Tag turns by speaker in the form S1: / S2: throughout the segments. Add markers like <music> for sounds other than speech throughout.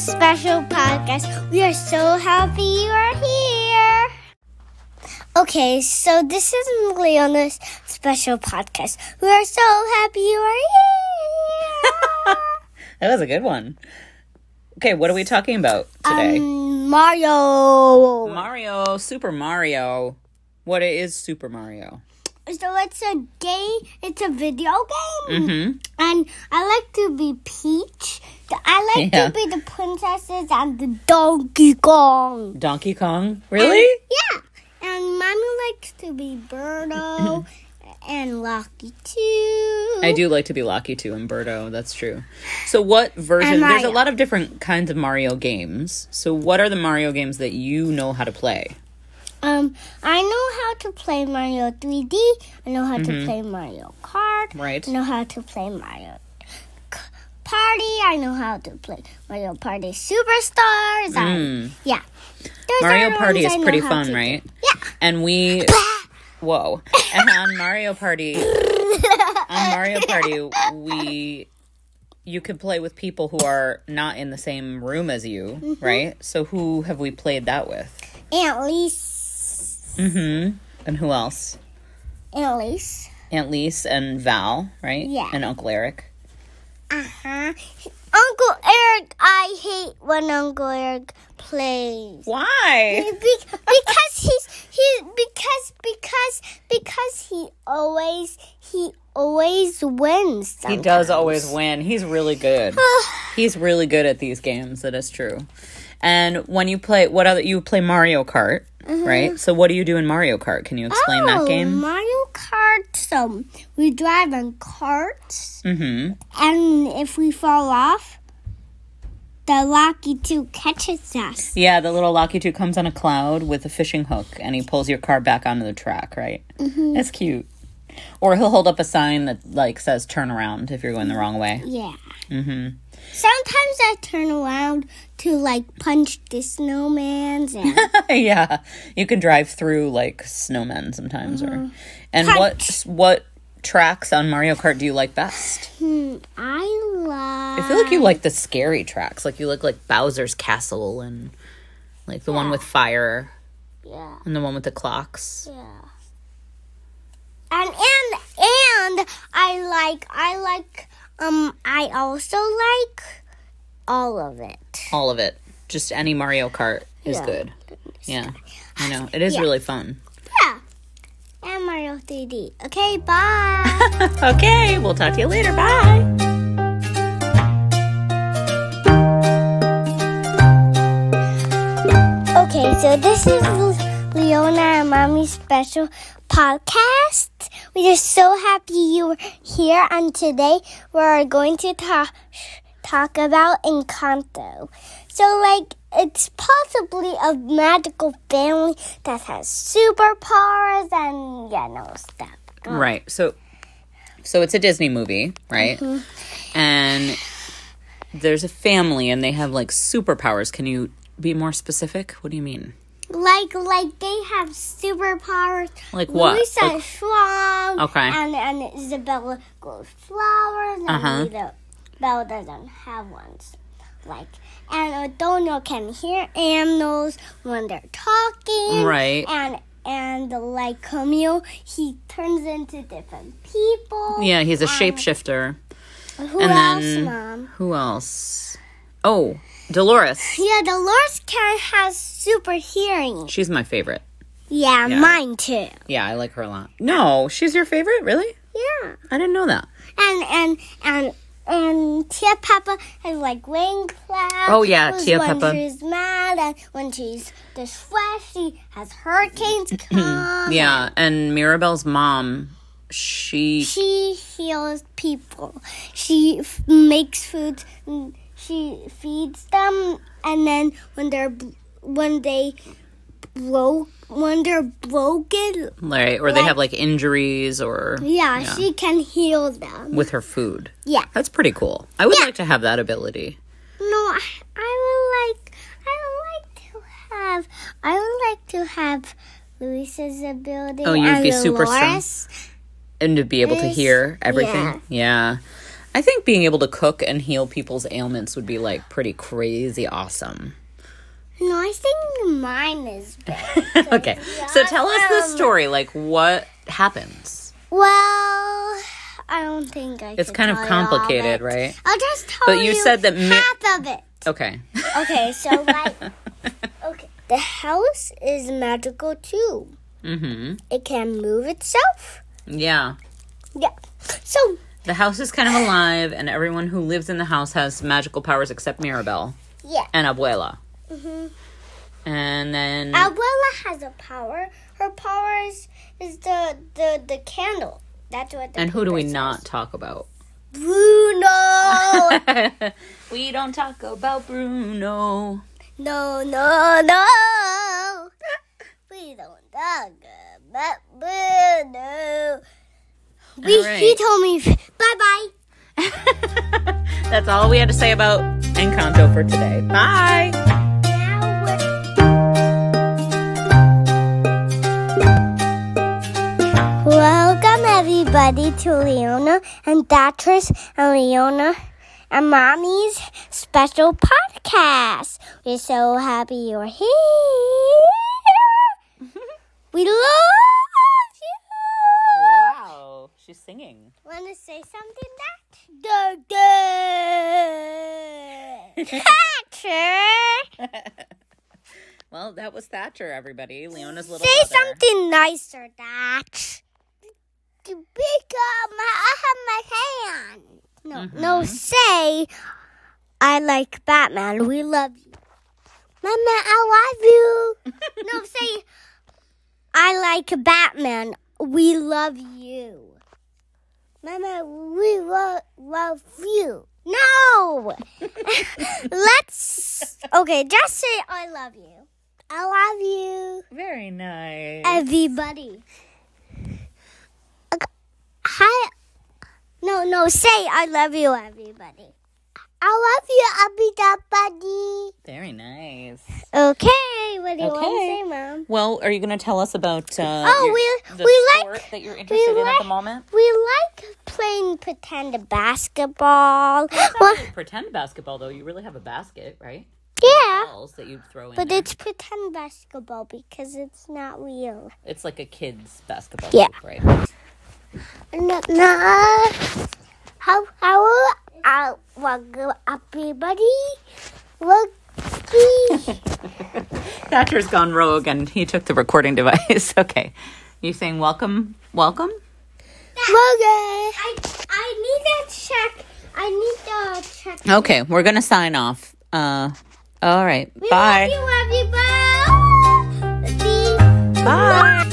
S1: uh, podcast. We are so happy you are here. Okay, so this is Leona's special podcast. We are so happy you are here.
S2: That was a good one. Okay, what are we talking about today?
S1: um, Mario.
S2: Mario, Super Mario. What is Super Mario?
S1: so it's a game, it's a video game.
S2: hmm
S1: And I like to be Peach. I like
S2: Yeah.
S1: to be the princesses and the Donkey Kong.
S2: Donkey Kong. Really?
S1: Yeah. And Mommy likes to be
S2: <clears throat>
S1: Birdo and Lucky too.
S2: I do like to be Lucky too, and Birdo. That's true. So, what version?
S1: And
S2: There's a
S1: Mario.
S2: lot of different kinds of Mario games. So, what are the Mario games that you know how to play?
S1: Um, I know how to play Mario 3D. I know how to play Mario Kart.
S2: Mm-hmm. Right.
S1: I know how to play Mario K- Party. I know how to play Mario Party Superstars. I-
S2: Mm.
S1: yeah. Those are
S2: Mario
S1: the
S2: Party
S1: ones
S2: is
S1: I know
S2: pretty
S1: how
S2: fun,
S1: to-
S2: right?
S1: Yeah.
S2: And we, whoa, and on Mario Party, on Mario Party, we, you can play with people who are not in the same room as you,
S1: Mm-hmm.
S2: right? So who have we played that with?
S1: Aunt Lise.
S2: Mm-hmm. And who else?
S1: Aunt Lise.
S2: Aunt Lise and Val, right?
S1: Yeah.
S2: And Uncle Eric.
S1: Uh-huh. Uncle Eric, I hate when Uncle Eric plays.
S2: Why?
S1: Be- because he's he because because because he always he always wins.
S2: He
S1: sometimes.
S2: does always win. He's really good. He's really good at these games. That is true. And when you play, what other you play Mario Kart, right? So what do you do in Mario Kart? Can you explain
S1: Mm-hmm. Oh,
S2: that game?
S1: Mario Kart. So we drive in carts,
S2: Mm-hmm.
S1: and if we fall off, the Lucky Two catches us.
S2: Yeah, the little Locky Two comes on a cloud with a fishing hook, and he pulls your car back onto the track. Right? Mm-hmm. That's cute. Or he'll hold up a sign that like says "Turn around" if you're going the wrong way. <laughs>
S1: Yeah.
S2: Mm-hmm.
S1: Sometimes I turn around to like punch the snowmans and
S2: yeah, you can drive through like snowmen sometimes. Or and what what tracks on Mario Kart do you like best?
S1: hmm, I love.
S2: I feel like you like the scary tracks. Like you like like Bowser's Castle and like the one with fire
S1: Yeah.
S2: and the one with the clocks.
S1: Yeah. And and and I like I like um I also like all of it.
S2: All of it. Just any Mario Kart is
S1: Yeah.
S2: good. Yeah. I know. It is really fun. <laughs>
S1: Yeah. And Mario 3D. Okay, bye.
S2: okay, we'll talk to you later. Bye.
S1: okay, so this is Leona and Mommy's special podcast. We are so happy you were here, and today we're going to talk talk about Encanto. So, like, it's possibly a magical family that has superpowers and you know stuff.
S2: Right. So so it's a Disney movie, right?
S1: Mm-hmm.
S2: And there's a family and they have like superpowers. Can you be more specific? What do you mean?
S1: Like, like they have superpowers.
S2: Like what?
S1: Luisa
S2: Like-
S1: is strong.
S2: Okay.
S1: And and Isabella grows flowers. And
S2: Uh-huh.
S1: Isabella doesn't have ones. Like, and Odono can hear animals when they're talking.
S2: Right.
S1: And and like Camille, he turns into different people.
S2: Yeah, he's a shapeshifter.
S1: Who
S2: and
S1: else,
S2: then-
S1: Mom?
S2: Who else? Oh, Dolores.
S1: Yeah, Dolores can has super hearing.
S2: She's my favorite.
S1: Yeah, mine too.
S2: Yeah, I like her a lot. No, she's your favorite? Really?
S1: Yeah.
S2: I didn't know that.
S1: and and and and Tia Peppa has like rain clouds.
S2: Oh, yeah,
S1: Who's
S2: Tia
S1: when
S2: Peppa.
S1: she's mad and when she's distressed, she has hurricanes come.
S2: <laughs> Yeah, and Mirabelle's mom, she
S1: She heals people. She f- makes food. And she feeds them, and then when they're bl- when they broke when they're broken,
S2: right, or they have like injuries or
S1: yeah, she can heal them.
S2: with her food.
S1: Yeah.
S2: That's pretty cool. I would like to have that ability.
S1: No, I, I would like I would like to have I would like to have Luisa's ability.
S2: Oh, you'd
S1: and
S2: be super strong.
S1: Dolores.
S2: and to be able to
S1: This-
S2: hear everything.
S1: yeah.
S2: Yeah. I think being able to cook and heal people's ailments would be like pretty crazy awesome. <laughs>
S1: No, I think mine is
S2: okay. So tell us the story. Like, what happens?
S1: Well, I don't think I.
S2: It's
S1: could
S2: kind of
S1: tell you all of
S2: complicated,
S1: it.
S2: right?
S1: I'll just tell
S2: But you said that mi-
S1: half of it.
S2: Okay. <laughs>
S1: Okay, so like, okay, the house is magical too.
S2: mm-hmm.
S1: It can move itself.
S2: Yeah.
S1: Yeah. So
S2: The house is kind of alive, and everyone who lives in the house has magical powers except Mirabelle
S1: yeah,
S2: and Abuela.
S1: hmm
S2: And then,
S1: Abuela has a power. Her power is, is the the the candle. That's what. The
S2: and who do we
S1: paper says.
S2: not talk about? <laughs>
S1: Bruno.
S2: we don't talk about Bruno. <laughs>
S1: No, no, no. We don't talk about Bruno. We, He
S2: right.
S1: told me, bye bye.
S2: That's all we had to say about Encanto for today. Bye.
S1: Now we're. Welcome, everybody, to Leona and Datress and Leona and Mommy's special podcast. We're so happy you're here. we love you.
S2: Wow. She's singing. <laughs>
S1: Want to say something, Dad? Dad, Dad. Thatcher.
S2: well, that was Thatcher, everybody. Leona's little
S1: Say
S2: brother.
S1: something nicer, Dad. Pick up my, I have my hand. No, no, say, I like Batman. We love you. Mama, I love you. no, say, I like Batman. We love you. Mama, we lo- love you. No! <laughs> Let's. Okay, just say, I love you. I love you,
S2: Very nice.
S1: everybody. Okay, Hi. No, no, say, I love you, everybody. I love you, everybody.
S2: Very nice.
S1: Okay, what do you want to say,
S2: Okay.
S1: Mom?
S2: Well, are you going to tell us about uh,
S1: Oh,
S2: your-
S1: we-
S2: the
S1: we
S2: sport
S1: like-
S2: that you're interested in at
S1: like-
S2: the moment?
S1: We like playing pretend
S2: <gasps>
S1: basketball.
S2: It's
S1: Well,
S2: not really pretend basketball, though. You really have a basket, right?
S1: yeah,
S2: Balls that you throw in.
S1: but
S2: there.
S1: it's pretend basketball because it's not real.
S2: It's like a kid's basketball
S1: Yeah.
S2: hoop, right?
S1: No, no. How how I want everybody <laughs> look.
S2: Thatcher's gone rogue and he took the recording <laughs> device. okay. You saying welcome, welcome?
S1: I I need to check. I need to check.
S2: Okay, we're going to sign off. Uh, all right.
S1: We
S2: Bye.
S1: love you, everybody.
S2: Bye.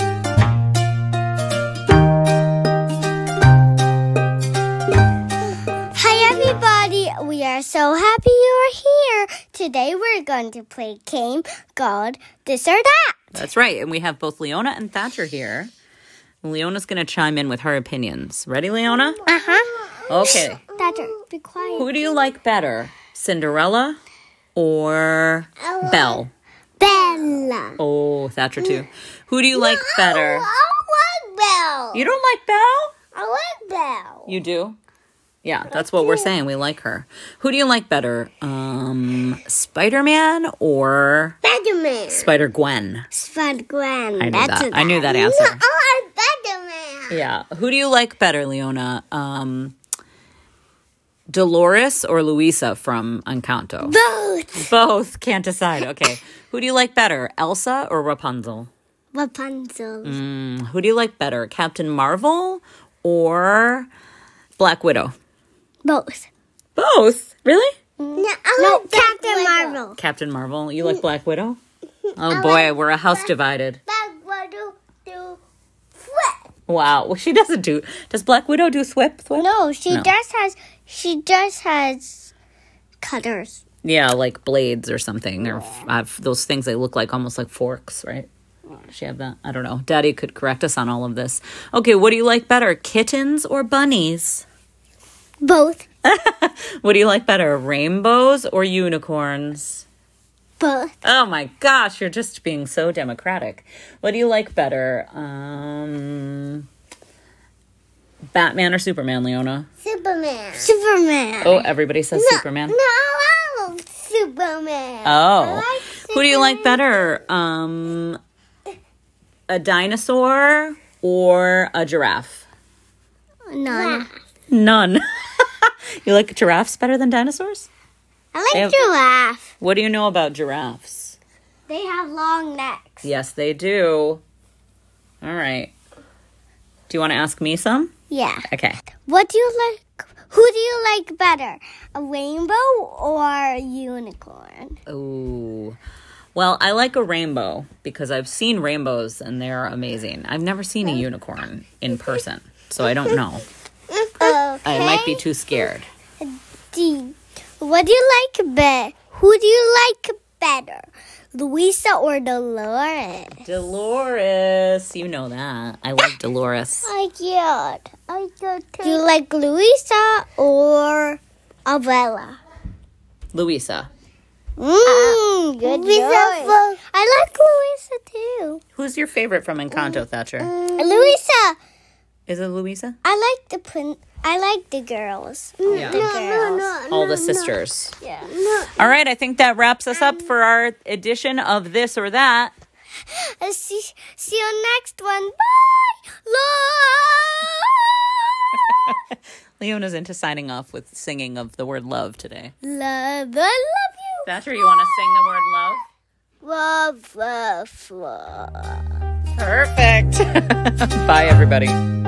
S1: Hi, everybody. We are so happy you're here. Today we're going to play a game called This or That.
S2: That's right. And we have both Leona and Thatcher here. Leona's going to chime in with her opinions. Ready, Leona?
S1: Uh huh.
S2: Okay.
S1: Thatcher, be quiet.
S2: Who do you like better, Cinderella or Belle?
S1: Bella. Oh,
S2: Oh, Thatcher too. Who do you like better?
S1: I want Belle.
S2: You don't like Belle?
S1: I want Belle.
S2: You do? Yeah, that's what we're saying. We like her. Who do you like better, um, Spider Man or
S1: Spider-Man.
S2: Spider Gwen?
S1: Spider-Gwen.
S2: I knew that. I knew that answer.
S1: No, I want Spider-Man.
S2: Yeah. Who do you like better, Leona? Um, Dolores or Luisa from
S1: <laughs>
S2: Encanto?
S1: Both.
S2: Both can't decide. Okay. Who do you like better, Elsa or Rapunzel?
S1: Rapunzel.
S2: Mm, who do you like better, Captain Marvel or Black Widow?
S1: Both.
S2: Both. Really?
S1: No, I no, like Captain Marvel.
S2: Captain Marvel. You like Black Widow? Oh boy, we're a house divided.
S1: Black Widow do flip.
S2: Wow. Well, she doesn't do. Does Black Widow do swip? swip?
S1: No, she
S2: No.
S1: just has. She just has cutters.
S2: Yeah, like blades or something, or f- uh, f- those things that look like almost like forks, right? Does she have that? I don't know. Daddy could correct us on all of this. Okay, what do you like better, kittens or bunnies?
S1: Both.
S2: What do you like better, rainbows or unicorns?
S1: Both.
S2: Oh my gosh, you're just being so democratic. What do you like better, um, Batman or Superman, Leona?
S1: Superman. Superman.
S2: Oh, everybody says Superman.
S1: No, I love Superman.
S2: Oh.
S1: I like
S2: Who do you like better? Um, a dinosaur or a giraffe?
S1: None.
S2: None. <laughs> you like giraffes better than dinosaurs?
S1: I
S2: They
S1: like
S2: have-
S1: giraffe.
S2: What do you know about giraffes?
S1: They have long necks.
S2: Yes, they do. All right. Do you want to ask me some?
S1: Yeah.
S2: Okay.
S1: What do you like? Who do you like better, a rainbow or a unicorn?
S2: Ooh. Well, I like a rainbow because I've seen rainbows and they're amazing. I've never seen a unicorn in person, so I don't know.
S1: Okay.
S2: I might be too scared.
S1: D. What do you like better? Who do you like better, Luisa or Dolores?
S2: Dolores, you know that. I love Dolores.
S1: I get. I get. Do you like Luisa or Avella?
S2: Louisa. Mm,
S1: Mmm, good Luisa. I like Luisa too.
S2: Who's your favorite from Encanto, Thatcher?
S1: Luisa,
S2: Is it Louisa?
S1: I like the prin- I like the girls.
S2: Yeah.
S1: The
S2: Mm, No,
S1: girls.
S2: All the sisters.
S1: Yeah.
S2: All right, I think that wraps us up for our edition of This or That.
S1: Uh, see, see you next one. Bye. Love.
S2: Leona's into signing off with singing of the word love today.
S1: Love, I love you.
S2: Thatcher, you want to sing the word love?
S1: Love, love, love.
S2: Perfect. <laughs> Bye, everybody.